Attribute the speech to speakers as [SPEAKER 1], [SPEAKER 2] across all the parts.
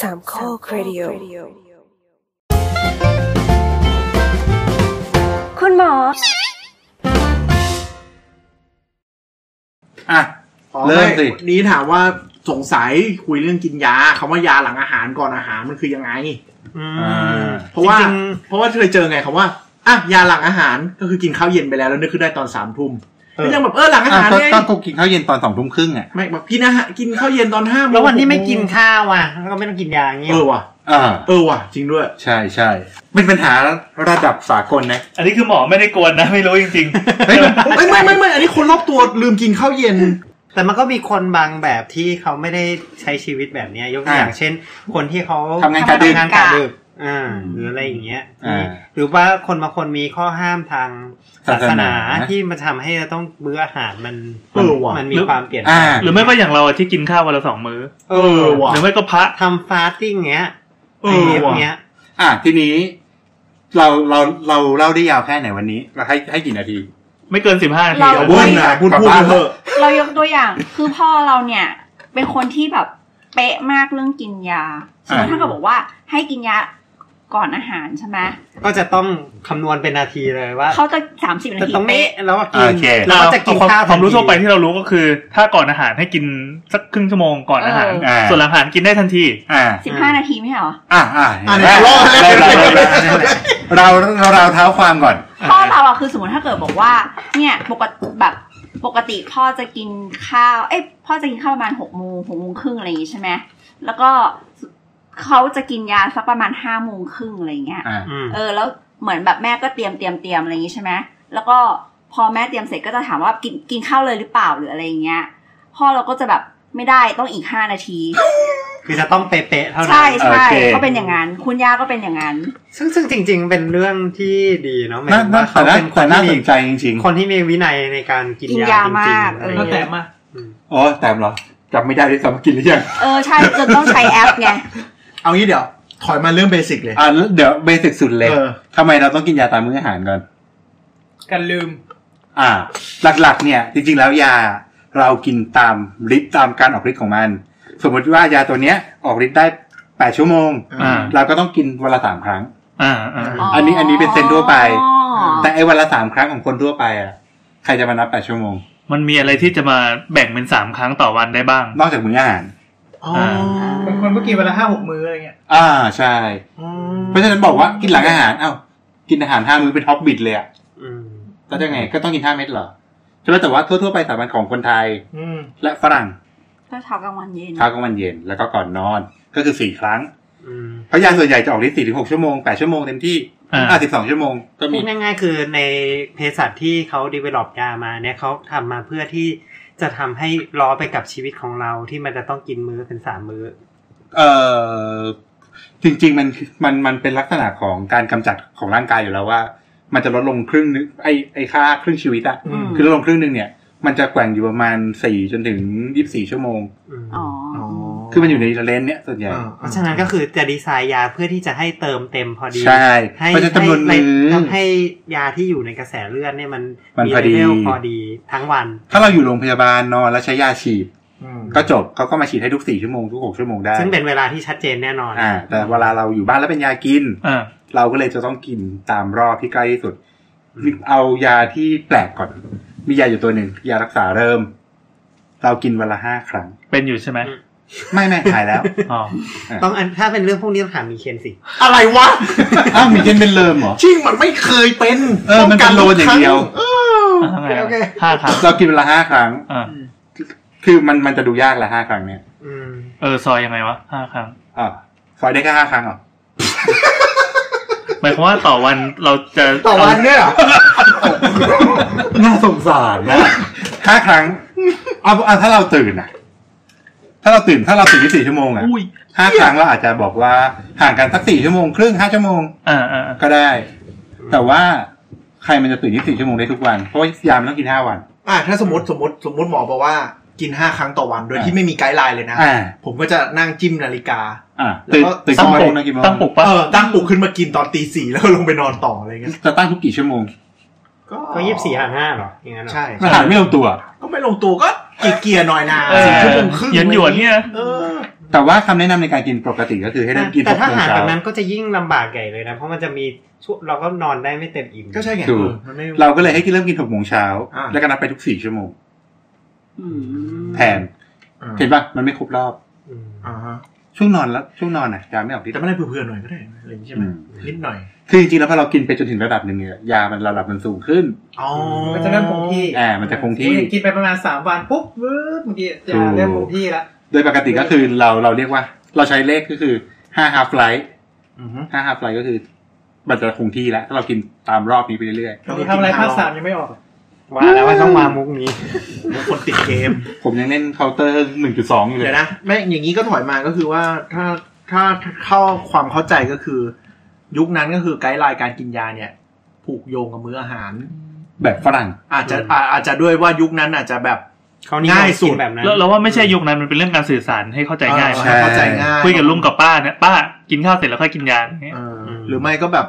[SPEAKER 1] สามข้อครดิโอ
[SPEAKER 2] คุณหมอ
[SPEAKER 3] อ่ะ
[SPEAKER 4] อ๋อ
[SPEAKER 3] เริ่มสิ
[SPEAKER 4] ไนี้ถามว่าสงสัยคุยเรื่องกินยาคำว่ายาหลังอาหารก่อนอาหารมันคือยังไง
[SPEAKER 5] อื
[SPEAKER 3] อ่
[SPEAKER 5] มา
[SPEAKER 4] เพราะว่า
[SPEAKER 5] จง
[SPEAKER 4] เพราะว่าเคยเจอไงคำว่าอ่ะยาหลังอาหารก็คือกินข้าวเย็นไปแล้วแล้วนึกขึ้นได้ตอนสามทุ่ม
[SPEAKER 5] ๆเออ
[SPEAKER 4] ยังแบบเออหลังอา
[SPEAKER 3] อ่ะ
[SPEAKER 4] หาร
[SPEAKER 3] ก็
[SPEAKER 4] ไง
[SPEAKER 3] ก็กูกินข้าวเย็นตอนสองทุ่มครึ่งอ่ะ
[SPEAKER 4] ไม่แบบกินอาหารกินข้าวเย็นตอนห้าโมง
[SPEAKER 5] แล้ววันที่ไม่กินข้าวอ่ะก็ไม่ต้องกินยาอย่างเงี้ย
[SPEAKER 4] เออว่ะ
[SPEAKER 3] อ่า
[SPEAKER 4] เออว่ะจริงด้วย
[SPEAKER 3] ใช่ใช่เป็นปัญหาระดับสากลนะ
[SPEAKER 6] อันนี้คือหมอไม่ได้กวนนะ ไม่รู้จริงๆ
[SPEAKER 3] เฮ้ย
[SPEAKER 4] ไม่ไม่ไม่ไม่อันนี้คนรอบตัวลืมกินข้าวเย็น
[SPEAKER 5] แต่มันก็มีคนบางแบบที่เขาไม่ได้ใช้ชีวิตแบบเนี้ยยกตัวอย่าง
[SPEAKER 3] อ่า
[SPEAKER 5] เช่น คนที่เขา
[SPEAKER 3] ทำงานกะดึก
[SPEAKER 5] ทำงานกะดึกอ่าหรืออะไรอย่างเงี้ย
[SPEAKER 3] อ่า
[SPEAKER 5] หรือว่าคนบางคนมีข้อห้ามทางศาสนา
[SPEAKER 3] ศาสนา
[SPEAKER 5] ที่มันทำให้เราต้องมื้ออาหารมัน
[SPEAKER 4] เออว่ะ
[SPEAKER 5] มันมีความเปลี่ยนแปล
[SPEAKER 3] อ่า
[SPEAKER 5] ง
[SPEAKER 6] หรือไม่ก็อย่างเราอะที่กินข้าววันละสองมื้อ
[SPEAKER 4] เออว่ะ
[SPEAKER 6] หรือไม่ก็พระ
[SPEAKER 5] ทำฟาสติ้งเงี้ย
[SPEAKER 4] เอ
[SPEAKER 5] ไอ้
[SPEAKER 4] อ
[SPEAKER 5] พว
[SPEAKER 4] ว่ะ
[SPEAKER 5] กเนี้ย
[SPEAKER 3] อ่ะทีนี้ เราเราเราเล่าได้ยาวแค่ไหนวันนี้เราให้ให้กี่นาที
[SPEAKER 6] ไม่เกินสิบห้านาที
[SPEAKER 2] เรา
[SPEAKER 4] เดี๋ยวเว้ยนะพูดพูดไปเถอะ
[SPEAKER 2] เรายกตัวอย่าง คือพ่อเราเนี่ย เป็นคนที่แบบเป๊ะมากเรื่องกินยาสมมติ
[SPEAKER 3] อ่า
[SPEAKER 2] ถ้าเกิดบอกว่าให้กินยาก่อนอาหารใช่ไหม
[SPEAKER 5] ก็จะต้องคำนวณเป็นนาทีเลยว่า
[SPEAKER 2] เขาจะสามสิบนา
[SPEAKER 5] จะ
[SPEAKER 2] ที
[SPEAKER 5] ต้องไม่
[SPEAKER 2] เป๊ะ
[SPEAKER 5] แล้วก็กิน
[SPEAKER 3] โอเค
[SPEAKER 5] แล้วก็จะกิน
[SPEAKER 6] เอ
[SPEAKER 5] ข้าว
[SPEAKER 6] ค
[SPEAKER 5] ทั
[SPEAKER 6] วาน
[SPEAKER 5] ที
[SPEAKER 6] มรู้ทั่วไปที่เรารู้ก็คือ ถ้าก่อนอาหารให้กินสักครึ่งชั่วโมงก่อนอาหาร
[SPEAKER 3] เออ
[SPEAKER 6] ส่วนหลังอาหารกินได้ทันที
[SPEAKER 3] อ่า
[SPEAKER 2] สิบห้านาทีไม่ใช่เหรอ
[SPEAKER 3] อ่าอ่า
[SPEAKER 4] อ่ะ
[SPEAKER 3] เห็นไหม
[SPEAKER 4] เดี๋ยวรอดแล้ว
[SPEAKER 3] เราเราเราเราเราเท้าความก่อน
[SPEAKER 2] พ่อเราอะคือสมมติถ้าเกิดบอกว่า เนี่ยปกติแบบปกติพ่อจะกินข้าว เอ้ยพ่อจะกินข้าวประมาณหกโมงหกโมงครึ่งอะไรอย่างงี้ใช่ไหมแล้วก็เขาจะกินยาสักประมาณห้าโมงครึ่งอะไรอย่างเงี้ย
[SPEAKER 3] อ่า
[SPEAKER 5] อืม
[SPEAKER 2] เออแล้วเหมือนแบบแม่ก็เตรียมเตรียมเตรียมอะไรอย่างงี้ใช่ไหมแล้วก็พอแม่เตรียมเสร็จก็จะถามว่ากินกินข้าวเลยหรือเปล่าหรืออะไรอย่างเงี้ยพ่อเราก็จะแบบไม่ได้ต้องอีกห้านาที
[SPEAKER 5] คือจะต้องเป๊ะๆเท่านั้น
[SPEAKER 2] ใช่ใช่
[SPEAKER 3] โอเค
[SPEAKER 2] ก็เป็นอย่างนั้น คุณย่าก็เป็นอย่างนั้น
[SPEAKER 5] ซึ่งซึ่งจริง ๆ เป็นเรื่องที่ดีเนาะหมาย
[SPEAKER 3] น่า
[SPEAKER 5] ถึง
[SPEAKER 3] น่าแต่
[SPEAKER 5] ว่า
[SPEAKER 3] น่า
[SPEAKER 5] เขาเป็นค
[SPEAKER 3] แต่
[SPEAKER 5] น
[SPEAKER 3] น่า
[SPEAKER 5] ที่
[SPEAKER 3] ส
[SPEAKER 5] มี
[SPEAKER 3] นใจจริง
[SPEAKER 5] คนที่มีวินัยในการกิน
[SPEAKER 2] กิ
[SPEAKER 5] ยาย
[SPEAKER 2] นา
[SPEAKER 5] จริ
[SPEAKER 2] มาง ก
[SPEAKER 5] ๆอะไรอย่าง
[SPEAKER 2] แต่
[SPEAKER 5] เงี้ย
[SPEAKER 2] มา
[SPEAKER 5] อืม
[SPEAKER 3] ๆอ๋อแต้มเหรอจำไม่ได้ด้วยซ้ำว่ากินหรือยัง
[SPEAKER 2] เออใช่จนต้องใช้แอปไง
[SPEAKER 4] เอางี้เดี๋ยว ถอยมาเรื่องเบสิกเลย
[SPEAKER 3] อ่าเดี๋ยวเบสิกสุดเลย
[SPEAKER 4] เออ
[SPEAKER 3] ทำไมเราต้องกินยาตามมื้ออาหารก่อน
[SPEAKER 7] กันลืม
[SPEAKER 3] อ่า หลักๆ เนี่ย จริงๆ แล้วยาเรากินตามฤทธิ์ตามการออกฤทธิ์ของมัน สมมติว่ายาตัวเนี้ยออกฤทธิ์ได้ 8 ชั่วโมง
[SPEAKER 6] อ่า
[SPEAKER 3] เราก็ต้องกินวันละสามครั้ง
[SPEAKER 6] อ่าอ่า
[SPEAKER 3] อันนี้อันนี้เป็นเซนทั่วไป
[SPEAKER 2] อ๋อ
[SPEAKER 3] แต่ไอ้วันละสามครั้งของคนทั่วไปอ่ะใครจะมานับ 8 ชั่วโมง
[SPEAKER 6] มันมีอะไรที่จะมาแบ่งเป็นสามครั้งต่อวันได้บ้าง
[SPEAKER 3] นอกจากมื้ออาหาร
[SPEAKER 4] อ๋อ
[SPEAKER 7] บางคนก็กินวันละห้าหกมื้ออะไรเงี้ย
[SPEAKER 3] อ่าใช่ เพราะฉะนั้นบอกว่ากินหลังอาหาร เอ้า กินอาหารห้ามื้อเป็นฮอบบิทเลยอ่ะ
[SPEAKER 5] อืม
[SPEAKER 3] แล้วจะไงก็ต้องกินห้าเม็ดเหรอใช่ไหมแต่ว่าทั่วๆไปสามัญของคนไทย
[SPEAKER 7] อืม
[SPEAKER 3] และฝรั่ง
[SPEAKER 2] ก็เช้ากลางวันเย็น
[SPEAKER 3] เช้ากลางวันเย็นแล้วก็ก่อนนอนก็คือสี่ครั้ง
[SPEAKER 5] อืม
[SPEAKER 3] เพราะยาส่วนใหญ่จะออกฤทธิ์สี่ถึงหกชั่วโมงแปดชั่วโมงเต็มที่
[SPEAKER 6] อ่า
[SPEAKER 3] อ่าสิบสองชั่วโมงก็มี
[SPEAKER 5] พูดง่ายๆคือในเภสัชที่เขาดีเวล็อปยามาเนี่ยเขาทำมาเพื่อที่จะทำให้ล้อไปกับชีวิตของเราที่มันจะต้องกินมื้อเป็นสามมื้อ
[SPEAKER 3] เอ่อ จริง ๆ มันคือมันมันเป็นลักษณะของการกำจัดของร่างกายอยู่แล้วว่า มันจะลดลงครึ่งนึงไอไอค่าครึ่งชีวิตอะ
[SPEAKER 2] อืม
[SPEAKER 3] คือลดลงครึ่งนึงเนี่ย มันจะแกว่งอยู่ประมาณสี่จนถึงยี่สิบสี่ชั่วโมง
[SPEAKER 5] อืม
[SPEAKER 2] อ๋ออ
[SPEAKER 3] คือมันอยู่ในเลนส์เนี้ยส่วนใหญ่
[SPEAKER 5] เพราะฉะนั้นก็คือจะดีไซน์ยาเพื่อที่จะให้เติมเต็มพอดี
[SPEAKER 3] ใช่
[SPEAKER 5] ให้
[SPEAKER 3] เพราะจะจำนวนมือ
[SPEAKER 5] ทำให้ยาที่อยู่ในกระแสเลือดเนี่ยมัน
[SPEAKER 3] มัน
[SPEAKER 5] มี
[SPEAKER 3] พอดี
[SPEAKER 5] เลเวลพอดีทั้งวัน
[SPEAKER 3] ถ้าเราอยู่โรงพยาบาลนอนแล้วใช้ยาฉีด
[SPEAKER 4] อืม
[SPEAKER 3] ก็จบเขาก็มาฉีดให้ทุกสี่ชั่วโมงทุกหกชั่วโมงได้
[SPEAKER 5] ซึ่งเป็นเวลาที่ชัดเจนแน่นอน
[SPEAKER 3] อ่า แต่เวลาเราอยู่บ้านแล้วเป็นยากิน
[SPEAKER 6] อ่า
[SPEAKER 3] เราก็เลยจะต้องกินตามรอบที่ใกล้ที่สุด
[SPEAKER 5] อืม
[SPEAKER 3] เอายาที่แปลกก่อน มียาอยู่ตัวหนึ่งยารักษาเริ่ม เรากินวันละห้าครั้ง
[SPEAKER 6] เป็นอยู่ใช่ไหม
[SPEAKER 3] ไม่ไม่หายแล้ว
[SPEAKER 6] อ๋อ
[SPEAKER 5] ต้องอันถ้าเป็นเรื่องพวกนี้ต้องถามมีเคนสิ
[SPEAKER 4] อะไรวะ
[SPEAKER 3] อ้าวมีเจนเป็นเริ่มเหรอ
[SPEAKER 4] จริงมันไม่เคยเป็น
[SPEAKER 3] เออมันเป็นโลนอย่างเดียว
[SPEAKER 4] เออ
[SPEAKER 6] อ่ะทำไง
[SPEAKER 4] โอเค
[SPEAKER 6] ห้าครั้ง
[SPEAKER 3] เรากินวันละห้าครั้ง
[SPEAKER 6] อ่า
[SPEAKER 3] คือมันมันจะดูยากละห้าครั้งเนี่ย
[SPEAKER 5] อืม
[SPEAKER 6] เออซอยยังไงวะห้าครั้ง
[SPEAKER 3] อ่าวซอยได้แค่ห้าครั้งเหรอ
[SPEAKER 6] หมายความว่าต่อวันเราจะ
[SPEAKER 4] ต่อวันเนี่ยเหรอ
[SPEAKER 3] น่าสงสารนะ ห้าครั้งเอาเอาถ้าเราตื่นอะถ้าเราตื่นถ้าเราตื่นที่สี่ชั่วโมงอะ
[SPEAKER 6] อุ้ย
[SPEAKER 3] ห้าครั้งเราอาจจะบอกว่าห่างกันสักสี่ชั่วโมงครึ่งห้าชั่วโมง
[SPEAKER 6] อ่าอ่าอ่า
[SPEAKER 3] ก็ได้ แต่ว่าใครมันจะตื่น 24 ชั่วโมงได้ทุกวัน เพราะว่ายามนต้องกิน 5 วัน
[SPEAKER 4] อ่ะถ้าสมมติสมมติสมมติหมอบอกว่ากินห้าครั้งต่อวันโดย
[SPEAKER 3] อ่ะ
[SPEAKER 4] ที่ไม่มีไกด์ไลน์เลยนะ
[SPEAKER 3] อ่า
[SPEAKER 4] ผมก็จะนั่งจิ้มนาฬิกา
[SPEAKER 3] อ่า
[SPEAKER 4] แล้ว
[SPEAKER 3] ตื่น
[SPEAKER 4] ก็
[SPEAKER 3] ตื่น
[SPEAKER 6] ตั้
[SPEAKER 3] กี่โม
[SPEAKER 6] งปลุ
[SPEAKER 3] ง
[SPEAKER 6] ก
[SPEAKER 3] นะกี่โมง
[SPEAKER 6] ตั้งปลุกปะ
[SPEAKER 4] เออตั้งปลุกขึ้นมากินตอนตีสี่แล้วก็ลงไปนอนต่ออะไรเงี้ย
[SPEAKER 3] จะตั้งทุกกี่ชั่วโมง
[SPEAKER 5] ก็ยี่สิบสี่หารห้าเหรออย่างนั้นเหรอ
[SPEAKER 4] ใช่
[SPEAKER 3] อาหารไม่ลงตัว
[SPEAKER 4] ก็ไม่ลงตัวก็เกียร์ๆหน่อยนะ
[SPEAKER 6] เออ
[SPEAKER 4] สี่ชั่วโมงครึ่ง
[SPEAKER 6] หยวนหยวนๆเนี่ย
[SPEAKER 4] เออ
[SPEAKER 3] แต่ว่าคำแนะนำในการกินปกติก็คือให้เริ่มกิน
[SPEAKER 5] แต่
[SPEAKER 3] ก
[SPEAKER 5] ถ้า
[SPEAKER 3] โมง
[SPEAKER 5] ห่าง
[SPEAKER 3] เช้า
[SPEAKER 5] จากนั้นก็จะยิ่งลำบากใหญ่เลยนะ เพราะมันจะมีช่วงเราก็นอนได้ไม่เต็มอิ่ม
[SPEAKER 4] ก็ใช่ไง
[SPEAKER 3] ถูก
[SPEAKER 4] เออมันไม่
[SPEAKER 3] เราก็เลยให้กินเริ่มกินหกโมงเช้า
[SPEAKER 4] อ่า
[SPEAKER 3] แล้วก็นับไปทุกสี่ชั่วโมง
[SPEAKER 2] อืม
[SPEAKER 3] แทน
[SPEAKER 4] อ่า
[SPEAKER 3] เห็นปะมันไม่ครบรอบ
[SPEAKER 5] อืม
[SPEAKER 4] อ่าฮะ
[SPEAKER 3] ช่วงนอนแล้วช่วงนอนอ่ะยาไม่ออกที่
[SPEAKER 4] แต่ไม่ได้เผื่อๆหน่อยก็ได้อะไรอย่างนี้ใช่ไหม
[SPEAKER 3] อืม
[SPEAKER 4] นิดหน่อย
[SPEAKER 3] คือจริงๆแล้วพอเรากินไปจนถึงระดับหนึ่งเนี่ยยามันระดับมันสูงขึ้น
[SPEAKER 4] อ๋อ
[SPEAKER 7] มันจะเริ่มคงที่
[SPEAKER 3] อ่ามันจะคงที่
[SPEAKER 7] กินไปประมาณสามวันปุ๊บวืดบางทีจะ
[SPEAKER 3] ถูก
[SPEAKER 7] เริ่มคงที่แล้ว
[SPEAKER 3] โดยปกติก็คือเราเราเรียกว่า เราใช้เลขก็คือห้า half life
[SPEAKER 4] อือฮึ
[SPEAKER 3] ห้า half life ก็คือ มันจะคงที่แล้วถ้าเรากินตามรอบนี้ไปเรื่อย
[SPEAKER 4] เรา
[SPEAKER 7] ทำอะไรภาคสาม
[SPEAKER 4] กิน
[SPEAKER 7] ยังไม่ออก
[SPEAKER 5] ว่าแล้วว่าต้องมามุกนี้
[SPEAKER 4] ข้าวเราคนติดเกม
[SPEAKER 3] ๆผมยังเล่นเคาน์เตอร์หนึ่งจุดสองอยู่เล
[SPEAKER 4] เดี๋ย
[SPEAKER 3] ยว
[SPEAKER 4] นะแม่งอย่างนี้ก็ถอยมาก็คือว่าถ้าถ้าถ้าเข้าความเข้าใจก็คือ ยุคนั้นก็คือไกด์ไลน์การกินยาเนี่ย ผูกโยงกับมื้ออาหาร
[SPEAKER 3] แบบฝรั่ง
[SPEAKER 4] อาจจะ
[SPEAKER 5] อืม
[SPEAKER 4] อาอาจจะด้วยว่ายุคนั้นอาจจะแบบ
[SPEAKER 5] เขานิยม
[SPEAKER 4] ง่ายสุด
[SPEAKER 5] กินแบบนั้น
[SPEAKER 6] แล้วเราว่าไม่ใช่ยุคนั้นมันเป็นเรื่องการสื่อสารให้เข้าใจง่าย
[SPEAKER 4] เออ
[SPEAKER 3] ใช่
[SPEAKER 4] เข้าใจง่าย
[SPEAKER 6] คุยกับลุงกับป้าเนี่ยป้ากินข้าวเสร็จแล้วค่อยกินยาอย่างเงี้ย
[SPEAKER 4] เออหรือไม่ก็แบบ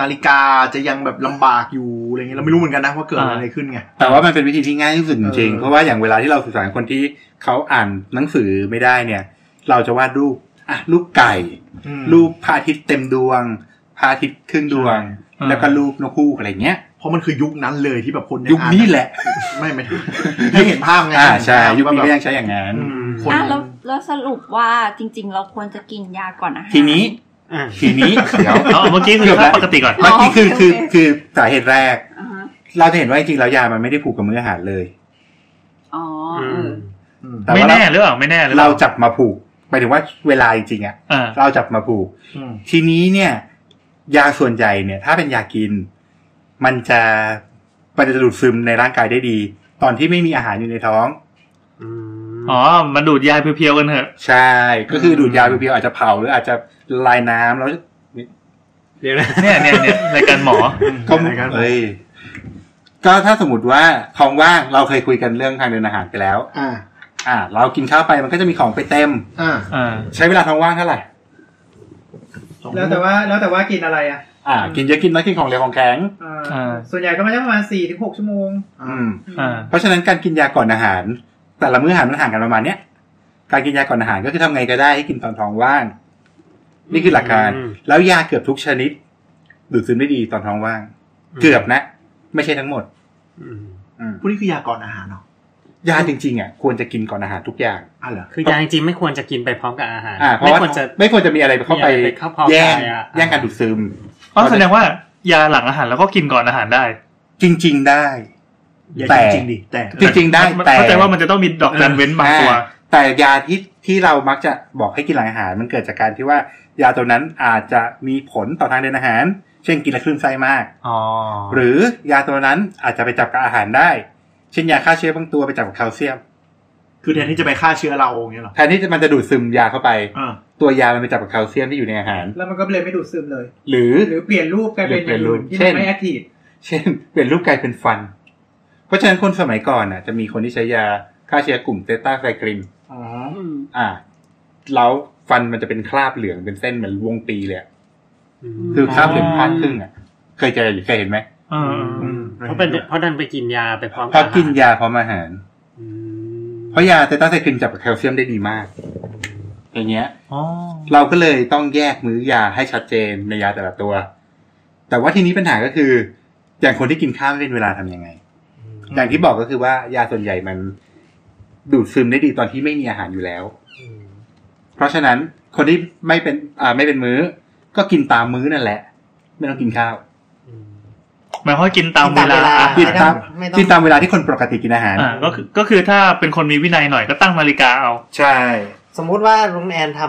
[SPEAKER 4] นาฬิกาจะยังแบบลำบากอยู่อะไรเงี้ยเราไม่รู้เหมือนกันนะว่าเกิด
[SPEAKER 6] อ่า
[SPEAKER 4] อะไรขึ้นไง
[SPEAKER 3] แต่ว่ามันเป็นวิธีที่ง่ายที่สุดจริงๆ
[SPEAKER 4] เออ
[SPEAKER 3] เพราะว่าอย่างเวลาที่เราสื่อสารกับคนที่เขาอ่านหนังสือไม่ได้เนี่ย เราจะวาดรูปอ่ะรูปไก่
[SPEAKER 4] อืม
[SPEAKER 3] รูปพระอาทิตย์เต็มดวงพระอาทิตย์ครึ่งดวง
[SPEAKER 6] ใช่
[SPEAKER 3] แล้วก็รูปนกฮูกอะไรเงี้ย
[SPEAKER 4] เพราะมันคือยุคนั้นเลยที่แบบคน
[SPEAKER 3] ยุคนี้
[SPEAKER 4] อ่า
[SPEAKER 3] แหละ
[SPEAKER 4] ไม่ไม่ให้เห็นภาพไง
[SPEAKER 3] อ่าใช่
[SPEAKER 4] เห็
[SPEAKER 3] ยุคน
[SPEAKER 4] ภาพ
[SPEAKER 3] นี้ก็
[SPEAKER 4] ว่าแบบ
[SPEAKER 3] ยังใช้อย่างนั้น
[SPEAKER 4] อืมคน
[SPEAKER 2] อ่ะแล้วแล้วสรุปว่าจริง ๆ เราควรจะกินยาก่อนอาหาร
[SPEAKER 3] ทีนี้
[SPEAKER 5] อ่ะ
[SPEAKER 3] ทีนี้ เดี๋ยว
[SPEAKER 6] เอาเมื่อกี้คือ
[SPEAKER 3] เกือบแล้ว
[SPEAKER 6] ปกติก่อน
[SPEAKER 3] เมื่อกี้คือคือ
[SPEAKER 2] โอเค
[SPEAKER 3] คือสาเหตุแรก
[SPEAKER 2] อ่าฮะ
[SPEAKER 3] เราจะเห็นว่าจริงๆแล้วยามันไม่ได้ผูกกับมื้ออาหารเลย
[SPEAKER 2] อ๋อ
[SPEAKER 5] อื
[SPEAKER 2] เออ
[SPEAKER 5] ม
[SPEAKER 3] แต่
[SPEAKER 6] ไม่
[SPEAKER 3] ว่า
[SPEAKER 6] แน่หรือเปล่าไม่แน่หรือเป
[SPEAKER 3] เรา
[SPEAKER 6] ล่า
[SPEAKER 3] จับมาผูกหมายถึงว่าเวลาจริงๆอ่ะ
[SPEAKER 6] อ่า
[SPEAKER 3] เราจับมาผูก
[SPEAKER 4] อืม
[SPEAKER 3] ทีนี้เนี่ย ยาส่วนใหญ่เนี่ย ถ้าเป็นยากิน มันจะมันจะดูดซึมในร่างกายได้ดี ตอนที่ไม่มีอาหารอยู่ในท้อง
[SPEAKER 5] อืม
[SPEAKER 6] อ๋อมันดูดยาเพียวๆกันเถอะ
[SPEAKER 3] ใช่ ก็คือดูดยาเพียวๆอาจจะเผาหรืออาจจะละลายน้ำแล้ว
[SPEAKER 5] เดี๋ยวนะ
[SPEAKER 6] เนี่ยเนี่ยเนี่ยรายการหมอ
[SPEAKER 3] ก็มุเอ้ยก็ถ้าสมมติว่าท้องว่างเราเคยคุยกันเรื่องทางเดินอาหารไปแล้ว
[SPEAKER 4] อ่า
[SPEAKER 3] อ่า เรากินข้าวไปมันก็จะมีของไปเต็ม
[SPEAKER 4] อ่า
[SPEAKER 6] อ่า
[SPEAKER 3] ใช้เวลาท้องว่างเท่าไหร่
[SPEAKER 7] แล้วแต่ว่าแล้วแต่ว่ากินอะไรอ่ะ
[SPEAKER 3] อ่า กินเยอะกินน้อยกินของเหลวของแข็ง
[SPEAKER 7] อ่า
[SPEAKER 6] อ่า
[SPEAKER 7] ส่วนใหญ่ก็ไม่ใช่ประมาณสี่ถึงหกชั่วโมง
[SPEAKER 3] อื
[SPEAKER 4] อ่าม
[SPEAKER 6] อ่า
[SPEAKER 3] เพราะฉะนั้นการกินยาก่อนอาหาร แต่ละมื้ออาหารมันห่างกันประมาณเนี้ยการกินยาก่อนอาหารก็คือทำไงก็ได้ให้กินตอนท้องว่าง นี่คือหลักการ
[SPEAKER 5] อืม
[SPEAKER 3] แล้วยาเกือบทุกชนิด ดูดซึมได้ดีตอนท้องว่าง เกือบนะ ไม่ใช่ทั้งหมด
[SPEAKER 5] อืม
[SPEAKER 3] อืม
[SPEAKER 4] พวกนี้คือยาก่อนอาหารเนาะ
[SPEAKER 3] ยาจริงๆอ่ะควรจะกินก่อนอาหารทุกอย่าง
[SPEAKER 4] อ่ะเหรอ
[SPEAKER 5] คือยาจริงๆไม่ควรจะกินไปพร้อมกับอาหาร
[SPEAKER 3] อ่าเพราะ
[SPEAKER 5] ไม่
[SPEAKER 3] ว่า
[SPEAKER 5] ควรจะ
[SPEAKER 3] ไม่ควรจะมีอะไรเข้าไป
[SPEAKER 5] มีอะไรเข้าพอ
[SPEAKER 3] แย่ง
[SPEAKER 5] ใจอะ
[SPEAKER 3] แย่งการดูดซึม
[SPEAKER 6] อ๋อแสดงว่ายาหลังอาหารแล้วก็กินก่อนอาหารได้
[SPEAKER 3] จริง ๆได้
[SPEAKER 4] อย่า
[SPEAKER 3] แต่
[SPEAKER 4] กินจริงดิแต่
[SPEAKER 3] จริงๆได้
[SPEAKER 6] มัน
[SPEAKER 3] แต่
[SPEAKER 6] เข้าใจว่ามันจะต้องมีดอกจันเว้นบางตัว
[SPEAKER 3] อ่แต่ยาที่ที่เรามักจะบอกให้กินหลังอาหาร มันเกิดจากการที่ว่ายาตัวนั้นอาจจะมีผลต่อทางเดินอาหาร เช่นกินแล้วคลื่นไส้มาก
[SPEAKER 6] อ๋อ
[SPEAKER 3] หรือยาตัวนั้นอาจจะไปจับกับอาหารได้ เช่นยาฆ่าเชื้อบางตัวไปจับกับแคลเซียม
[SPEAKER 4] คือแทนที่จะไปฆ่าเชื้อเราอย่างเงี้ยเหรอ
[SPEAKER 3] แทนที่จะมันจะดูดซึมยาเข้าไป
[SPEAKER 4] อ่า
[SPEAKER 3] ตัวยามันไปจับกับแคลเซียมที่อยู่ในอาหาร
[SPEAKER 7] แล้วมันก็เลยไม่ดูดซึมเลย
[SPEAKER 3] หรือ
[SPEAKER 7] หรือเปลี่ยนรูปกลายเป็น
[SPEAKER 3] หรือเปลี่ยนรูป
[SPEAKER 7] ที่
[SPEAKER 3] เช่
[SPEAKER 7] มัน นไม่แอคทีฟ
[SPEAKER 3] เช่น เปลี่ยนรูปกลายเป็นฟัน เพราะฉะนั้นคนสมัยก่อนน่ะ จะมีคนที่ใช้ยาฆ่าเชื้อกลุ่มเตต้าไซคลิน
[SPEAKER 4] อ๋อ
[SPEAKER 2] อืม
[SPEAKER 3] อ่า แล้วฟันมันจะเป็นคราบเหลืองเป็นเส้นเหมือนวงปีเลยอะ
[SPEAKER 5] อืม
[SPEAKER 3] คือคราบเหลือง
[SPEAKER 6] อ๋อ
[SPEAKER 3] พาดครึ่งอ่ะ เคยเจอหรือเคยเห็นไหม
[SPEAKER 6] เออเออ
[SPEAKER 5] เพราะเป็นเพราะดันไปกินยาไปพร้อม
[SPEAKER 3] เพราะกินยาพร้อมอาหาร
[SPEAKER 5] อืม
[SPEAKER 3] เพราะยาเตต้าไซคลินจับกับแคลเซียมได้ดีมาก อย่างเงี้ย
[SPEAKER 6] อ๋อ
[SPEAKER 3] เราก็เลยต้องแยกมื้อยาให้ชัดเจนในยาแต่ละตัว แต่ว่าทีนี้ปัญหาก็คือ อย่างคนที่กินข้าวไม่เป็นเวลาทำยังไง อย่างที่บอกก็คือว่ายาส่วนใหญ่มันดูดซึมได้ดีตอนที่ไม่มีอาหารอยู่แล้ว
[SPEAKER 5] อืม
[SPEAKER 3] เพราะฉะนั้นคนที่ไม่เป็นอ่าไม่เป็นมื้อ ก็กินตามมื้อนั่นแหละ ไม่ต้องกินข้าว
[SPEAKER 5] อืม
[SPEAKER 6] หมายความว่ากินตามเวลา
[SPEAKER 3] กินตาม
[SPEAKER 5] ไม่ต้อง
[SPEAKER 3] กินตามเวลาที่คนปกติกินอาหาร
[SPEAKER 6] อ่าก็คือก็คือถ้าเป็นคนมีวินัยหน่อยก็ตั้งนาฬิกาเอา
[SPEAKER 3] ใช่
[SPEAKER 5] สมมุติว่าลุงแอนท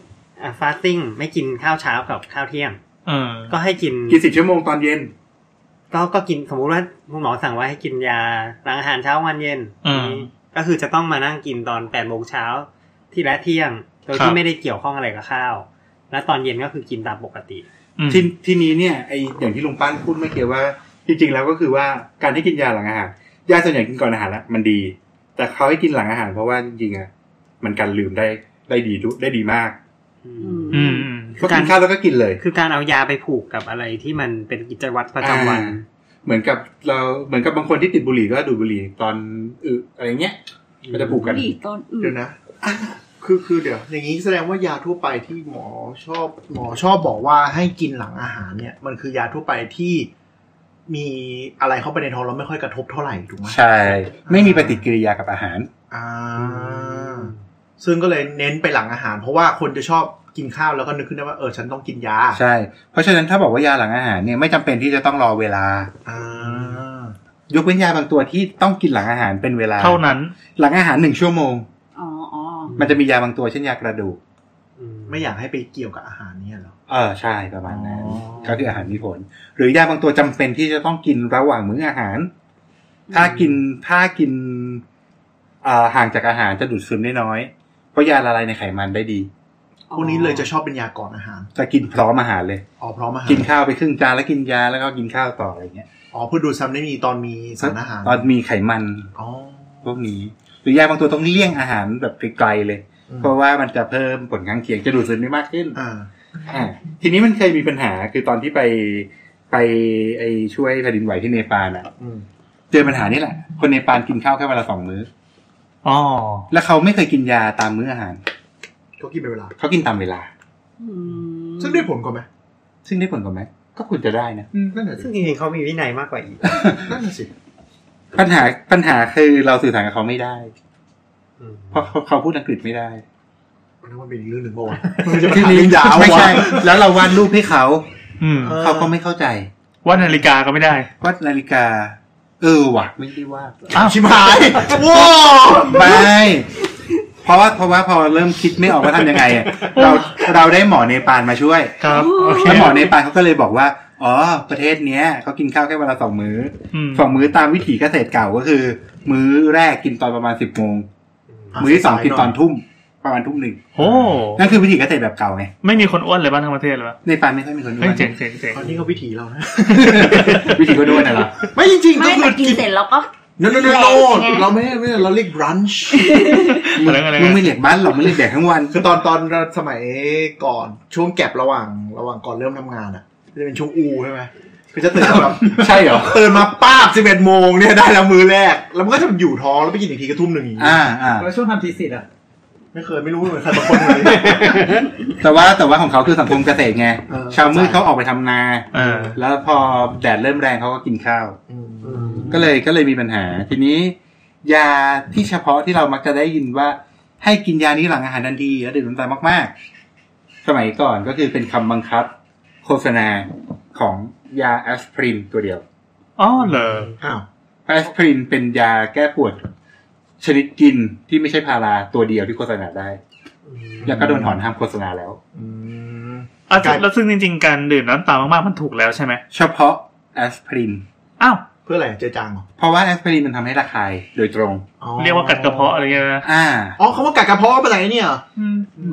[SPEAKER 5] ำฟาสติ้งไม่กินข้าวเช้ากับข้าวเที่ยง
[SPEAKER 6] เออ
[SPEAKER 5] ก็ให้กิน
[SPEAKER 3] กินสิบชั่วโมงตอนเย็น
[SPEAKER 5] ก็ก็กินสมมุติว่าคุณหมอสั่งไว้ให้กินยาหลังอาหารเช้าวันเย็น
[SPEAKER 6] อืม
[SPEAKER 5] ก็คือจะต้องมานั่งกินตอนแปดโมงเช้าที่และเที่ยง โดย
[SPEAKER 6] ครับ
[SPEAKER 5] ที่ไม่ได้เกี่ยวข้องอะไรกับข้าว และตอนเย็นก็คือกินตามปกติ
[SPEAKER 6] อืม
[SPEAKER 3] ทีทีนี้เนี่ยไออย่างที่ลุงปั้นพูดเมื่อกี้ว่า จริงๆแล้วก็คือว่าการให้กินยาหลังอาหารยาส่วนใหญ่กินก่อนอาหารแล้วมันดี แต่เขาให้กินหลังอาหาร เพราะว่าจริงๆอ่ะมันกันลืมได้ได้ดีด้วยได้ดีมาก
[SPEAKER 5] อื
[SPEAKER 2] อืม
[SPEAKER 5] ม
[SPEAKER 6] อืมอืม
[SPEAKER 3] ก็กินข้าวแล้วก็กินเลย
[SPEAKER 5] คือการเอายาไปผูกกับอะไรที่มันเป็นกิจวัตรประจำวัน
[SPEAKER 3] อ่า เหมือนกับเราเหมือนกับบางคนที่ติดบุหรี่ก็ดูดบุหรี่ตอนอึอะไรเงี้ย มันจะผูก
[SPEAKER 2] บุ
[SPEAKER 3] กัน
[SPEAKER 2] หรี่ต้นอื่
[SPEAKER 4] เดี๋ย
[SPEAKER 2] น
[SPEAKER 4] วนะ คือคือเดี๋ยว อย่างนี้แสดงว่ายาทั่วไปที่หมอชอบ หมอชอบบอกว่าให้กินหลังอาหารเนี่ย มันคือยาทั่วไปที่มีอะไรเข้าไปในท้องแล้วไม่ค่อยกระทบเท่าไหร่ถูกไหม
[SPEAKER 3] ใช่ ไม่มีปฏิกิริยากับอาหาร
[SPEAKER 4] อ่า
[SPEAKER 5] ม
[SPEAKER 4] ซึ่งก็เลยเน้นไปหลังอาหาร เพราะว่าคนจะชอบกินข้าวแล้วก็นึกขึ้นได้ว่าเออฉันต้องกินยา
[SPEAKER 3] ใช่ เพราะฉะนั้นถ้าบอกว่ายาหลังอาหารเนี่ยไม่จำเป็นที่จะต้องรอเวลา
[SPEAKER 4] อ่าย
[SPEAKER 3] กเว้นยาบางตัวที่ต้องกินหลังอาหารเป็นเวลา
[SPEAKER 6] เท่านั้น
[SPEAKER 3] หลังอาหารหนึ่งชั่วโมง
[SPEAKER 2] อ๋ออ๋อ
[SPEAKER 3] มันจะมียาบางตัวเช่นยากระดูก
[SPEAKER 4] ไม่อยากให้ไปเกี่ยวกับอาหารเนี่ยเหรอ
[SPEAKER 3] เออใช่ ประมาณนั้น
[SPEAKER 4] อ๋อ
[SPEAKER 3] ก็คืออาหารมีผล หรือยาบางตัวจำเป็นที่จะต้องกินระหว่างมื้ออาหาร ถ้ากินถ้ากินอ่าห่างจากอาหารจะดูดซึมได้น้อย เพราะยาละลายในไขมันได้ดี
[SPEAKER 4] พวกนี้เลยจะชอบเป็นยาก่อนอาหาร
[SPEAKER 3] จะกินพร้อมอาหารเลย
[SPEAKER 4] อ๋อพร้อมอาหาร
[SPEAKER 3] กินข้าวไปครึ่งจานแล้วกินยาแล้วก็กินข้าวต่ออะไรเงี้ย
[SPEAKER 4] อ๋อเพื่อดูดซ้ำได้มีตอนมีสารอาหาร
[SPEAKER 3] ตอนมีไขมัน
[SPEAKER 4] อ๋อ
[SPEAKER 3] พวกนี้ หรือยาบางตัวต้องเลี่ยงอาหารแบบไกลๆเลย เพราะว่ามันจะเพิ่มผลข้างเคียงจะดูดซึมได้มากขึ้น
[SPEAKER 4] อ่า
[SPEAKER 3] อ่าทีนี้มันเคยมีปัญหาคือตอนที่ไปไปไอช่วยแผ่นดินไหวที่เนปาลอ่ะ
[SPEAKER 4] อืม
[SPEAKER 3] เจอปัญหานี่แหละ คนเนปาลกินข้าวแค่วันละสองมื้อ
[SPEAKER 6] อ๋อ
[SPEAKER 3] แล้วเขาไม่เคยกินยาตามมื้ออาหาร
[SPEAKER 4] ก็กินเป็นเวลา
[SPEAKER 3] เขากินตามเวลา
[SPEAKER 2] อืม
[SPEAKER 4] ซึ่งได้ผลก่อนไหม
[SPEAKER 3] ซึ่งได้ผลกว่าไหมก็ควรจะได้นะ
[SPEAKER 4] อืมนั่นแหละสิ
[SPEAKER 5] ซึ่งจริงๆเขามีวินัยมากกว่าอีก
[SPEAKER 4] นั่นแหละสิ
[SPEAKER 3] ปัญหาปัญหาคือเราสื่อสารกับเขาไม่ได้
[SPEAKER 5] อืม
[SPEAKER 3] เพราะเขาเขาพูดอังกฤษไม่ได้
[SPEAKER 4] มันว่าเป็นอีกเรื่องหนึ่งป่าวะมันจะเป็น
[SPEAKER 3] ที
[SPEAKER 4] เรื่
[SPEAKER 3] นี้
[SPEAKER 4] องยาว
[SPEAKER 3] ไม่
[SPEAKER 4] วะ
[SPEAKER 3] ใช่ แล้วเราวาดรูปให้เขา
[SPEAKER 6] อืม
[SPEAKER 3] เขาก็ไม่เข้าใจ
[SPEAKER 6] ว่านาฬิกาก็ไม่ได้
[SPEAKER 3] ว่านาฬิกา เออว่ะไม่ได้วาด
[SPEAKER 4] อ้าวชิบหายว้าว
[SPEAKER 3] ไม่เพราะว่าเพราะว่าพอเริ่มคิดไม่ออกว่าทำยังไงอะเราเราได้หมอเนปาลมาช่วย
[SPEAKER 6] ครับ โอเค
[SPEAKER 3] แล้วหมอเนปาลเขาก็เลยบอกว่า อ๋อ ประเทศเนี้ยเขากินข้าวแค่วันละสองมื้อ
[SPEAKER 6] อืม
[SPEAKER 3] สองมื้อตามวิถีเกษตรเก่าก็คือ มื้อแรกกินตอนประมาณสิบโมงมื้อที่สองกินตอนทุ่ม ประมาณทุ่มหนึ่ง
[SPEAKER 6] โอ้
[SPEAKER 3] นั่นคือวิถีเกษตรแบบเก่าไง
[SPEAKER 6] ไม่มีคนอ้วนเลยบ้างทั้งประเทศเลยปะ
[SPEAKER 3] เนปาลไม่ค่อยมีคนด้ว
[SPEAKER 6] เฮ้ย
[SPEAKER 3] ย
[SPEAKER 6] เจ๋งเจ๋งเจ๋ง
[SPEAKER 4] อันนี้ก็วิถีเรานะ
[SPEAKER 3] วิถีก็ด้วยนะเหรอ
[SPEAKER 4] ไม่จริงๆก็
[SPEAKER 2] ไม่
[SPEAKER 4] คื
[SPEAKER 2] แต่
[SPEAKER 4] อ
[SPEAKER 2] กินเสร็จแล้วก็
[SPEAKER 4] โน้โน
[SPEAKER 2] แรง
[SPEAKER 4] โน
[SPEAKER 2] ไง
[SPEAKER 4] เราไม่ไม่เราเรียกบรั นช์
[SPEAKER 6] อะไรกันอะไร
[SPEAKER 3] มึ
[SPEAKER 6] กั
[SPEAKER 3] ง
[SPEAKER 6] น
[SPEAKER 3] ไม่เหลียกบ้านหรอกมึงเหลียกแดกทั้งวัน
[SPEAKER 4] คือตอนตอนสมัยก่อนช่วงแก็บระหว่างระหว่างก่อนเริ่มทำงานอ่ะจะเป็นช่วงอูใช่ไหมคือจะตื่นมาแบบ
[SPEAKER 3] ใช่เหรอ
[SPEAKER 4] ตื่นมาป้าบสิบเอ็ดโมงเนี่ยได้แล้วมือแรก แล้วมันก็จะอยู่ท้องแล้วไปกินอีกทีก็ทุ่มหนึ่งอย่างงี้
[SPEAKER 3] อ่าอ่า
[SPEAKER 7] แล้วช่วงทำทีสิทธ์อ่ะ
[SPEAKER 4] ไม่เคยไม่รู้เหมือนใครบางคนเลย
[SPEAKER 3] แต่ว่าแต่ว่าของเขาคือสังคมเกษตรไง
[SPEAKER 4] เออ
[SPEAKER 3] ชาวมืดเขาออกไปทำนา
[SPEAKER 6] เออ
[SPEAKER 3] แล้วพอแดดเริ่มแรงเขาก็กินข้าว
[SPEAKER 4] อืม
[SPEAKER 3] ก็เลยก็เลยมีปัญหา ทีนี้ ยาที่เฉพาะที่เรามักจะได้ยินว่า ให้กินยานี้หลังอาหารทันทีแล้วดื่มน้ำตาลมาก ๆ สมัยก่อนก็คือเป็นคำบังคับ โฆษณาของยาแอสไพรินตัวเดียว
[SPEAKER 6] อ๋อเหรอ
[SPEAKER 4] อ้าว
[SPEAKER 3] แอสไพรินเป็นยาแก้ปวด ชนิดกินที่ไม่ใช่พาราตัวเดียวที่โฆษณาได้แล้วก็โดนถอนห้ามโฆษณาแล้ว
[SPEAKER 4] อืม
[SPEAKER 6] อ่ะ
[SPEAKER 4] การ
[SPEAKER 6] แล้วซึ่งจริงๆ การดื่มน้ำตาลมากๆ มันถูกแล้วใช่ไหม
[SPEAKER 3] เฉพาะแอสไพริน
[SPEAKER 6] อ้าว
[SPEAKER 4] เพื่ออะไรเจอจางเหรอ
[SPEAKER 3] เพราะว่าแอสไพรินมันทำให้ระคายโดยตรง
[SPEAKER 4] อ๋อ
[SPEAKER 6] เรียกว่ากัดกระเพาะอะไรเงี้ยนะ
[SPEAKER 3] อ่า
[SPEAKER 4] อ๋อเขาว่ากัดกระเพาะเป็นไรเนี่ยเหรอ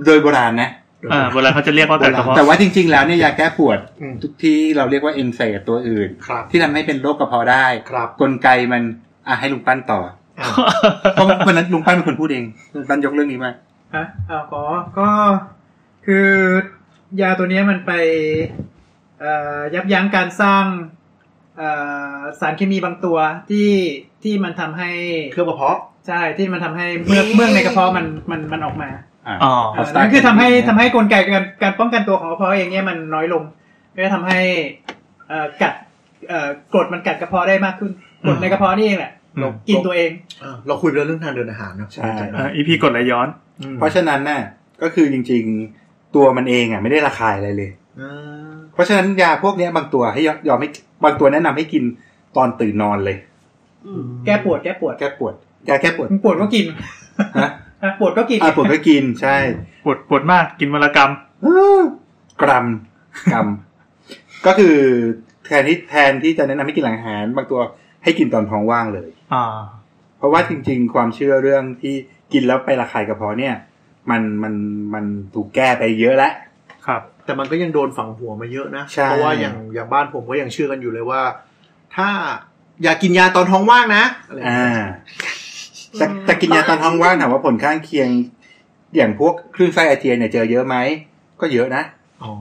[SPEAKER 3] โดยโบราณนะ
[SPEAKER 6] อ่าโบราณเขาจะเรียกว่ากัดกระเพาะ
[SPEAKER 3] แต่ว่าจริงๆ แล้วเนี่ยยาแก้ปวด
[SPEAKER 4] อืม
[SPEAKER 3] ทุกที่เราเรียกว่าเอนไซม์ตัวอื่น
[SPEAKER 4] ครับ
[SPEAKER 3] ที่ทำให้เป็นโรคกระเพาะได้
[SPEAKER 4] ครับ
[SPEAKER 3] กลไกมันอ่ะให้ลุงปั้นต่อ
[SPEAKER 4] อ้าว
[SPEAKER 3] เพราะวันนั้นลุงปั้นเป็นคนพูดเองลุงปั้นยกเรื่องนี้มา
[SPEAKER 7] ฮะเอาขอก็คือยาตัวเนี้ยมันไปเอ่อยับยั้งการสร้างเอ่อสารเคมีบางตัวที่ที่มันทำให้
[SPEAKER 4] เครื่องกระเพาะ
[SPEAKER 7] ใช่ที่มันทำให้เมือกเมือกในกระเพาะมันมันมันออกมา
[SPEAKER 3] อ่า
[SPEAKER 6] อ๋อ
[SPEAKER 7] เอ่อนั่นคือทำให้ทำให้กลไกการการป้องกันตัวของกระเพาะเองเนี่ยมันน้อยลงก็จะทำให้เอ่อกัดเอ่อกรดมันกัดกระเพาะได้มากขึ้นกรดในกระเพาะนี่เองแหละ
[SPEAKER 6] อืม
[SPEAKER 7] กินตัวเอง
[SPEAKER 4] อ่ะเราคุยไปแล้วเรื่องทางเดินอาหารนะ
[SPEAKER 3] ใช่
[SPEAKER 4] จำได้
[SPEAKER 6] อ่ะอีพีกดไหลย้อน
[SPEAKER 4] อืม
[SPEAKER 3] เพราะฉะนั้นน่ะก็คือจริงๆ ตัวมันเองอ่ะไม่ได้ระคายอะไรเลย
[SPEAKER 4] อ่า
[SPEAKER 3] เพราะฉะนั้นยาพวกเนี้ยบางตัวให้ยอมยอมให้บางตัวแนะนำให้กินตอนตื่นนอนเลย
[SPEAKER 2] อืม
[SPEAKER 7] แก้ปวดแก้ปวด
[SPEAKER 3] แก้ปวดยาแก้ปวด
[SPEAKER 7] มันปวดก็กิน
[SPEAKER 3] ฮะ
[SPEAKER 7] อ่ะปวดก็กิน
[SPEAKER 3] อ่ะปวดก็กินใช่
[SPEAKER 6] ปวดปวดมากกินวันละกรัม
[SPEAKER 3] กรัมกรัม ก็คือแทนที่แทนที่จะแนะนำให้กินหลังอาหาร บางตัวให้กินตอนท้องว่างเลย
[SPEAKER 6] อ่า
[SPEAKER 3] เพราะว่าจริงๆ ความเชื่อเรื่องที่กินแล้วไประคายกระเพาะเนี่ย มันมันมันถูกแก้ไปเยอะแล้ว
[SPEAKER 6] ครับ
[SPEAKER 4] แต่มันก็ยังโดนฝังหัวมาเยอะนะ
[SPEAKER 3] ใช่
[SPEAKER 4] เพราะว่าอย่างอย่างบ้านผมก็ยังเชื่อกันอยู่เลยว่า ถ้าอย่ากินยาตอนท้องว่างนะอะไรอย่าง
[SPEAKER 3] อ่า
[SPEAKER 4] เงี้ย
[SPEAKER 3] แต่แต่กินยาตอนท้องว่างถามว่าผลข้างเคียง อย่างพวกคลื่นไส้อาเจียนเนี่ยเจอเยอะไหมก็เยอะนะ
[SPEAKER 4] อ๋อ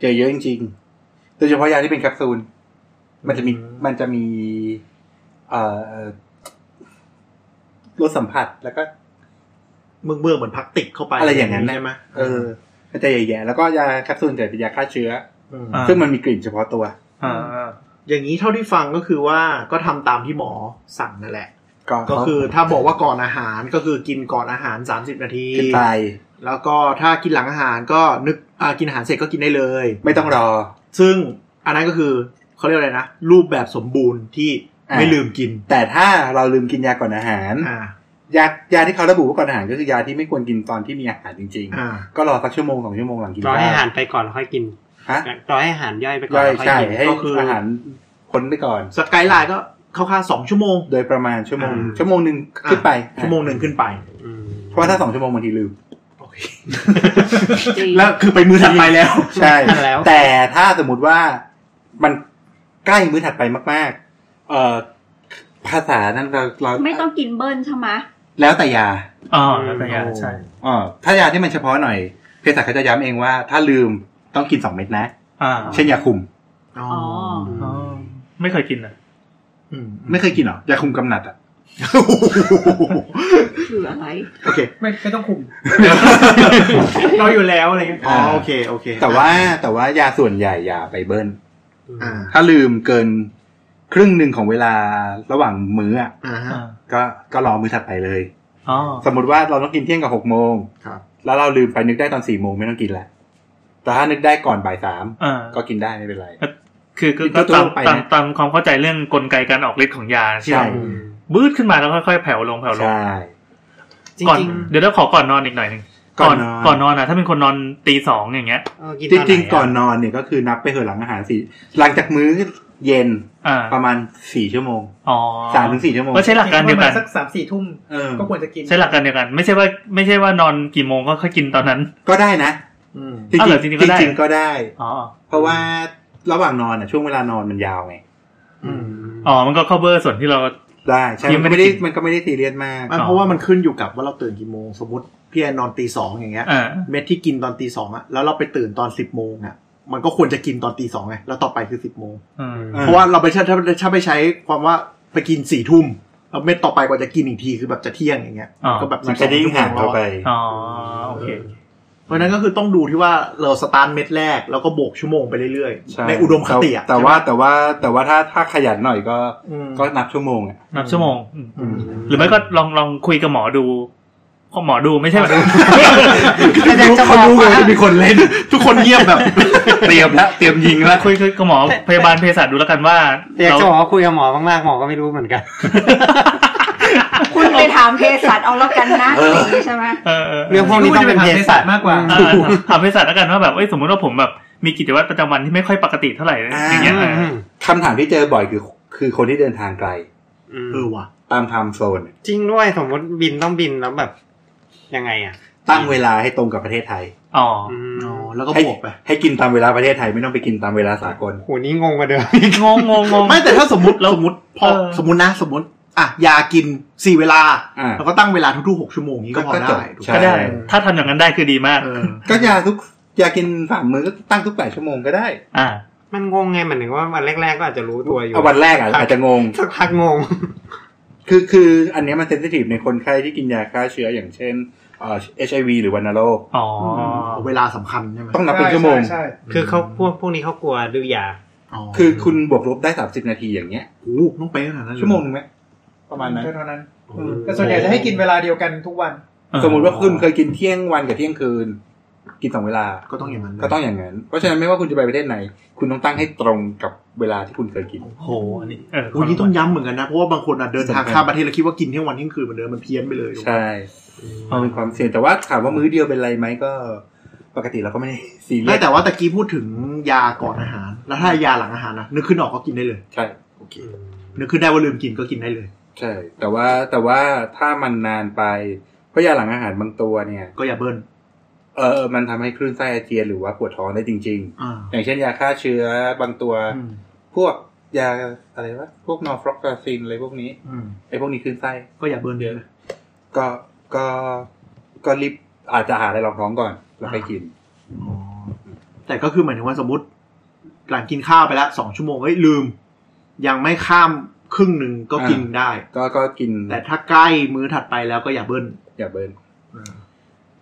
[SPEAKER 3] เจอเยอะจริงๆโดยเฉพาะยาที่เป็นแคปซูล มันจะมี
[SPEAKER 4] อืม
[SPEAKER 3] มันจะมีเอ่อรสสัมผัสแล้วก็
[SPEAKER 4] เมือกเมือกๆเหมือนพลาสติกเข้าไป
[SPEAKER 3] อะไรอย่างนั้นนะ
[SPEAKER 4] ใช่ไหม
[SPEAKER 3] เออก็จะแย่ๆแล้วก็ยาแคปซูลจะเป็นยาฆ่าเชื้อ
[SPEAKER 4] อืม
[SPEAKER 6] อ่า
[SPEAKER 3] ซึ่งมันมีกลิ่นเฉพาะตัว
[SPEAKER 6] อ่า
[SPEAKER 4] อย่างนี้เท่าที่ฟังก็คือว่าก็ทำตามที่หมอสั่งนั่นแหละ
[SPEAKER 3] ก็
[SPEAKER 4] ก็คือถ้าบอกว่าก่อนอาหารก็คือกินก่อนอาหาร 30 นาที
[SPEAKER 3] คือตาย
[SPEAKER 4] แล้วก็ถ้ากินหลังอาหารก็นึกอ่ากินอาหารเสร็จก็กินได้เลย
[SPEAKER 3] ไม่ต้องรอ
[SPEAKER 4] ซึ่งอันนั้นก็คือเขาเรียกอะไรนะ รูปแบบสมบูรณ์ที่
[SPEAKER 3] อ่า
[SPEAKER 4] ไม่ลืมกิน
[SPEAKER 3] แต่ถ้าเราลืมกินยาก่อนอาหาร
[SPEAKER 4] อ่าย
[SPEAKER 3] ายาที่เขาระบุว่าก่อนอาหารก็คือยาที่ไม่ควรกินตอนที่มีอาหารจริง
[SPEAKER 4] อ่า
[SPEAKER 3] ๆ ก็รอสักชั่วโมงสองชั่วโมงหลังกิน
[SPEAKER 5] รอ
[SPEAKER 3] ข้าว
[SPEAKER 5] ให้อาหารไปก่อนแล้วค่อยกิน
[SPEAKER 3] ฮะ
[SPEAKER 5] รอให้อาหารย่อยไปก่อน
[SPEAKER 3] ย่อยใช่
[SPEAKER 5] แล้วค่อยกิน
[SPEAKER 3] ให้
[SPEAKER 4] ก็คืออ
[SPEAKER 3] อาหารพ้นไปก่อน
[SPEAKER 4] สกายไลน์ก็เข้าค่าสองชั่วโมง
[SPEAKER 3] โดยประมาณชั่วโมง
[SPEAKER 4] อ่า
[SPEAKER 3] ชั่วโมงหนึ่งขึ้นไป
[SPEAKER 4] ชั่วโมงหนึ่งขึ้นไป
[SPEAKER 5] อืม
[SPEAKER 3] เพราะว่าถ้าสองชั่วโมงบางทีลืม
[SPEAKER 2] จริง
[SPEAKER 4] แล้วคือไปมือถัดไปแล้ว
[SPEAKER 3] ใช่
[SPEAKER 5] ทันแล้ว
[SPEAKER 3] แต่ถ้าสมมติว่ามันใกล้มื้อถัดไปมาก ๆ เอ่อภาษานั้นเราเรา
[SPEAKER 2] ไม่ต้องกินเบิ้ลใช่ไหม
[SPEAKER 3] แล้วแต่ยา
[SPEAKER 6] อ่าแล้วแต่ยาใช่
[SPEAKER 3] อ๋อถ้ายาที่มันเฉพาะหน่อยเภสัชเขาจะย้ำเองว่า ถ้าลืมต้องกินสองเม็ดนะ
[SPEAKER 6] อ่า
[SPEAKER 3] เช่นยาคุม
[SPEAKER 4] อ๋อ
[SPEAKER 2] อ๋อ
[SPEAKER 6] อ๋อไม่เคยกินอ่ะ
[SPEAKER 4] อืม
[SPEAKER 3] ไม่เคยกินเหรอยาคุมกำหนัดอ่ะ
[SPEAKER 2] คืออะไร
[SPEAKER 4] โอเค
[SPEAKER 7] ไม่ไม่ต้องคุม เราอยู่แล้วอะไรเงี้ย
[SPEAKER 4] อ๋อโอเค โอเค
[SPEAKER 3] แต่ว่าแต่ว่ายาส่วนใหญ่อย่าไปเบิ้ล
[SPEAKER 4] อ่า
[SPEAKER 3] ถ้าลืมเกินครึ่งหนึ่งของเวลาระหว่างมื้ออะ
[SPEAKER 4] อ่าฮะ
[SPEAKER 6] อ่า
[SPEAKER 3] ก็ก็รอมื้อถัดไปเลย
[SPEAKER 6] อ๋อ
[SPEAKER 3] สมมติว่าเราต้องกินเที่ยงกับหกโมง
[SPEAKER 4] ครับ
[SPEAKER 3] แล้วเราลืมไปนึกได้ตอนสี่โมงไม่ต้องกินละแต่ถ้านึกได้ก่อนบ่ายสาม
[SPEAKER 6] อ่า
[SPEAKER 3] ก็กินได้ไม่เป็นไร
[SPEAKER 6] คือคือ
[SPEAKER 3] ก็
[SPEAKER 6] ก็ตาม
[SPEAKER 3] ตรงไปนะ
[SPEAKER 6] ตามตามความเข้าใจเรื่องกลไกการออกฤทธิ์ของยาที่
[SPEAKER 3] ใช่
[SPEAKER 6] เราบื้ดขึ้นมาแล้วค่อยๆแผ่วลงแผ่วลง
[SPEAKER 3] ใช่
[SPEAKER 5] จริ
[SPEAKER 6] ก่อน
[SPEAKER 5] ง
[SPEAKER 6] เดี๋ยวเราขอก่อนนอนอีกหน่อยหนึ่ง
[SPEAKER 3] ก่อนนอน
[SPEAKER 6] ก่อนนอนอ่ะถ้าเป็นคนนอนตีสองอย่างเงี้ย
[SPEAKER 5] ๆเออกิน
[SPEAKER 3] จ
[SPEAKER 5] ตไหะ
[SPEAKER 3] ริงๆ ก่อนนอนเนี่ยก็คือนับไปเถอะหลังอาหารสี่หลังจากมื้อเย็น
[SPEAKER 6] อ่า
[SPEAKER 3] ประมาณสี่ชั่วโมง
[SPEAKER 6] อ๋อ
[SPEAKER 3] สามถึงสี่ชั่วโมง
[SPEAKER 6] ก็ใช้หลักการเดียว
[SPEAKER 7] ประ
[SPEAKER 6] กั
[SPEAKER 7] มาน ณสักสามสี่ทุ่ม
[SPEAKER 3] เออ
[SPEAKER 7] ก็ควรจะกิน
[SPEAKER 6] ใช้หลักการเดียวกัน ไม่ใช่ว่าไม่ใช่ว่านอนกี่โมงก็ค่อยกินตอนนั้น
[SPEAKER 3] ก็ได้นะ
[SPEAKER 4] อืม
[SPEAKER 3] จริง
[SPEAKER 6] อ้าวเหรอจริงๆก็ได้
[SPEAKER 3] ๆจริงๆก็ได้
[SPEAKER 6] อ๋อ
[SPEAKER 3] เพราะว่าระหว่างนอนอ่ะช่วงเวลานอนมันยาวไง
[SPEAKER 4] อืม
[SPEAKER 6] อ๋อมันก็ cover ส่วนที่เรา
[SPEAKER 3] ได้ใช่
[SPEAKER 6] ยั
[SPEAKER 3] มัน
[SPEAKER 6] งไม่
[SPEAKER 3] ก็
[SPEAKER 6] ได้
[SPEAKER 3] ไม่ได้
[SPEAKER 6] กิน
[SPEAKER 3] มันก็ไม่ได้ซีเรียสมาก
[SPEAKER 4] มันเพราะว่ามันขึ้นอยู่กับว่าเราตื่นกี่โมง สมมติพี่แอนนอนตีสองอย่างเงี้ย
[SPEAKER 6] อ่า
[SPEAKER 4] เม็ดที่กินตอนตีสองอะแล้วเราไปตื่นตอนสิบโมงอะมันก็ควรจะกินตอนตีสองไงแล้วต่อไปคือสิบโมง
[SPEAKER 6] อืม
[SPEAKER 3] อ่า
[SPEAKER 4] เพราะว่าเราไปถ้าถ้าถ้าไปใช้ความว่าไปกินสี่ทุ่มแล้วเม็ดต่อไปกว่าจะกินอีกทีคือแบบจะเที่ยงอย่างเงี้ยมันก็แบบ
[SPEAKER 3] มันจะได้ยิ่งห่างเข้าไป
[SPEAKER 6] อ๋อโอเค
[SPEAKER 4] เพราะฉะนั้นก็คือต้องดูที่ว่าเราสตาร์ทเม็ดแรกแล้วก็บวกชั่วโมงไปเรื่อย
[SPEAKER 3] ใช่
[SPEAKER 4] ๆในอุดมคติอะ
[SPEAKER 3] แต่แต่ว่าแต่ว่าแต่ว่าถ้าถ้าขยันหน่อยก็
[SPEAKER 4] อืม
[SPEAKER 3] ก็นับชั่วโมงอ่ะ
[SPEAKER 6] นับชั่วโมงอืม
[SPEAKER 4] อืม
[SPEAKER 6] หรือไม่ก็ลองลองคุยกับหมอดูขอหมอดูไม่ใช่แบบ
[SPEAKER 3] อาจารย์จะบอกว่า
[SPEAKER 4] เขารู้เลยว่ามีคนเล่น ทุกคนเงียบแบบ
[SPEAKER 3] เตรียมแล้วเตรียมยิงแล้ว
[SPEAKER 6] คุยคุยกับหมอพยาบาลเภสัชดูแล้วกันว่า
[SPEAKER 5] แต่อยาก
[SPEAKER 6] เรา
[SPEAKER 5] จะบอกว่าคุยกับหมอมากๆหมอก็ไม่รู้เหมือนกัน
[SPEAKER 2] คุณไปถามเภสัชเอาแล้วกันนะอย่างนี้ใช่ไหม
[SPEAKER 6] เออเออ
[SPEAKER 5] เรื่องพวกนี้ต้องเป็นเภสัช
[SPEAKER 7] มากกว่า
[SPEAKER 6] เออถามเภสัชแล้วกันว่าแบบเอ้ยสมมติว่าผมแบบมีกิจวัตรประจำวันที่ไม่ค่อยปกติเท่าไหร่อย่างเงี้ย
[SPEAKER 5] อืมอืม
[SPEAKER 3] คำถามที่เจอบ่อยคือคือคนที่เดินทางไกล
[SPEAKER 5] อืม
[SPEAKER 4] เออว่ะ
[SPEAKER 3] ตามไทม์โซน
[SPEAKER 5] จริงด้วยสมมติบินต้องบินแล้วแบบยังไงอ่ะ
[SPEAKER 3] ตั้งเวลาให้ตรงกับประเทศไทย
[SPEAKER 6] อ๋อ
[SPEAKER 5] อืม
[SPEAKER 4] อ๋อแล้วก็
[SPEAKER 3] ให้
[SPEAKER 4] บวกไป
[SPEAKER 3] ให้กินตามเวลาประเทศไทยไม่ต้องไปกินตามเวลาสากล
[SPEAKER 5] โหนี่งงกว่าเดิม
[SPEAKER 6] งงงงงง
[SPEAKER 4] ไม่แต่ถ้าสมมติสมมติพอ
[SPEAKER 6] เออ
[SPEAKER 4] สมมตินะสมมติอ่ะยากินสี่เวลา
[SPEAKER 3] อ่า
[SPEAKER 4] แล้วก็ตั้งเวลาทุกๆหกชั่วโมงนี้ก็พอ
[SPEAKER 3] ก็จบ
[SPEAKER 4] ได้ถูก
[SPEAKER 3] ใช่
[SPEAKER 4] ปะ
[SPEAKER 6] ก็ได้ถ้าทำอย่างนั้นได้คือดีมาก
[SPEAKER 4] เออ
[SPEAKER 3] ก็ยาทุกยากินสามมื้อก็ตั้งทุกแปดชั่วโมงก็ได้
[SPEAKER 6] อ่า
[SPEAKER 5] มันงงไงเหมือนถึงว่าวันแรก ๆ ก็อาจจะรู้ตัวอยู่
[SPEAKER 3] เอาวันแรกอ่ะอาจจะงง
[SPEAKER 5] สักพักงง
[SPEAKER 3] คือคืออันเนี้ยมันเซนซิทีฟในคนไข้ที่กินยาฆ่าเชื้ออย่างเช่นเอ่อชไอวีหรือวัณโรค
[SPEAKER 6] อ๋อ
[SPEAKER 4] เวลาสำคัญใช่ไหม
[SPEAKER 3] ต้องนับเป็นชั่วโมง
[SPEAKER 7] ใช่ใช่ใช่
[SPEAKER 5] คือเขาพวกพวกนี้เขากลัวดื้อยา
[SPEAKER 3] คือคุณบวกลบได้สามสิบนาทีอย่างเงี้ย
[SPEAKER 4] โอ้โหต้องไปขนาดนั้นเลย
[SPEAKER 3] ชั่วโมงหนึงไหมประมาณนั้น
[SPEAKER 7] เท่านั้นแต่ส่วนใหญ่จะให้กินเวลาเดียวกันทุกวัน
[SPEAKER 3] สมมุติว่าคุณเคยกินเที่ยงวันกับเที่ยงคืน กินสองเวลา
[SPEAKER 4] ก็ต้องอย่างนั้นเลย
[SPEAKER 3] ก็ต้องอย่างนั้น เพราะฉะนั้นไม่ว่าคุณจะไปประเทศไหน คุณต้องตั้งให้ตรงกับเวลาที่คุณเคยกิน
[SPEAKER 6] โหอันนี้เออ
[SPEAKER 4] โอ้ยนี่ต้องย้ำเหมือนกันนะ เพราะว่าบางคนอ่ะเดินทาง
[SPEAKER 3] สำคัญ
[SPEAKER 4] ข้ามประเทศแล้วคิดว่ากินเที่ยงวันเที่ยงคืนเหมือนเดิมมันเพี้ยนไปเลย
[SPEAKER 3] ใช่มันเป็นความเสี่ยงแต่ว่าถามว่ามื้อเดียวเป็นไรไหมก็ ปกติเราก็ไม่ได้ซีเรี
[SPEAKER 4] ไม่
[SPEAKER 3] ยส
[SPEAKER 4] แต่ว่าตะกี้พูดถึงยาก่อนอาหาร แล้วถ้ายาหลังอาหารนะนึกขึ้นออกก็กินได้เลย
[SPEAKER 3] ใช่
[SPEAKER 4] โอเคนึกขึ้นได้ว่าลืมกินก็กินได้เลย
[SPEAKER 3] ใช่ แต่ว่าแต่ว่าถ้ามันนานไปเพราะยาหลังอาหารบางตัวเนี่ย
[SPEAKER 4] ก็อย่าเบิ้ล
[SPEAKER 3] เออ มันทำให้คลื่นไส้อาเจียนหรือว่าปวดท้องได้จริง
[SPEAKER 4] อ่า
[SPEAKER 3] ๆ อย่างเช่นยาฆ่าเชื้อบางตัว
[SPEAKER 4] อืม
[SPEAKER 3] พวกยาอะไรวะ พวกนอร์ฟลอกซาซินอะไรพวกนี้
[SPEAKER 4] อืม
[SPEAKER 3] ไอ้พวกนี้คลื่นไส้
[SPEAKER 4] ก็อย่าเบิ้ลเยอะ
[SPEAKER 3] ก็ ก็ ก็รีบอาจจะหาอะไรรองท้องก่อน แล้วไปกิน
[SPEAKER 4] แต่ก็คือหมายถึงว่าสมมติหลังกินข้าวไปแล้วสองชั่วโมงเอ้ยลืม ยังไม่ข้ามครึ่งหนึ่งก็กินได้
[SPEAKER 3] ก็ ก็กิน
[SPEAKER 4] แต่ถ้าใกล้มื้อถัดไปแล้วก็อย่าเบิ้ล
[SPEAKER 3] อย่าเบิร์น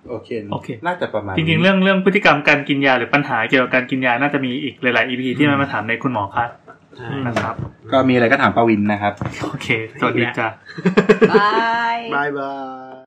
[SPEAKER 3] โอเค
[SPEAKER 6] โอเค
[SPEAKER 3] น่าจะประมาณ
[SPEAKER 6] จริงๆ เรื่องเรื่องพฤติกรรมการกินยาหรือปัญหาเกี่ยวกับการกินยาน่าจะมีอีกหลายๆ EP ที่มันมาถามในคุณหมอคะ
[SPEAKER 5] ใช่
[SPEAKER 6] นะครับ
[SPEAKER 3] ก็มีอะไรก็ถามปาวินนะครับ
[SPEAKER 6] โอเค สวัสดีจ้า
[SPEAKER 2] บาย
[SPEAKER 4] บายบาย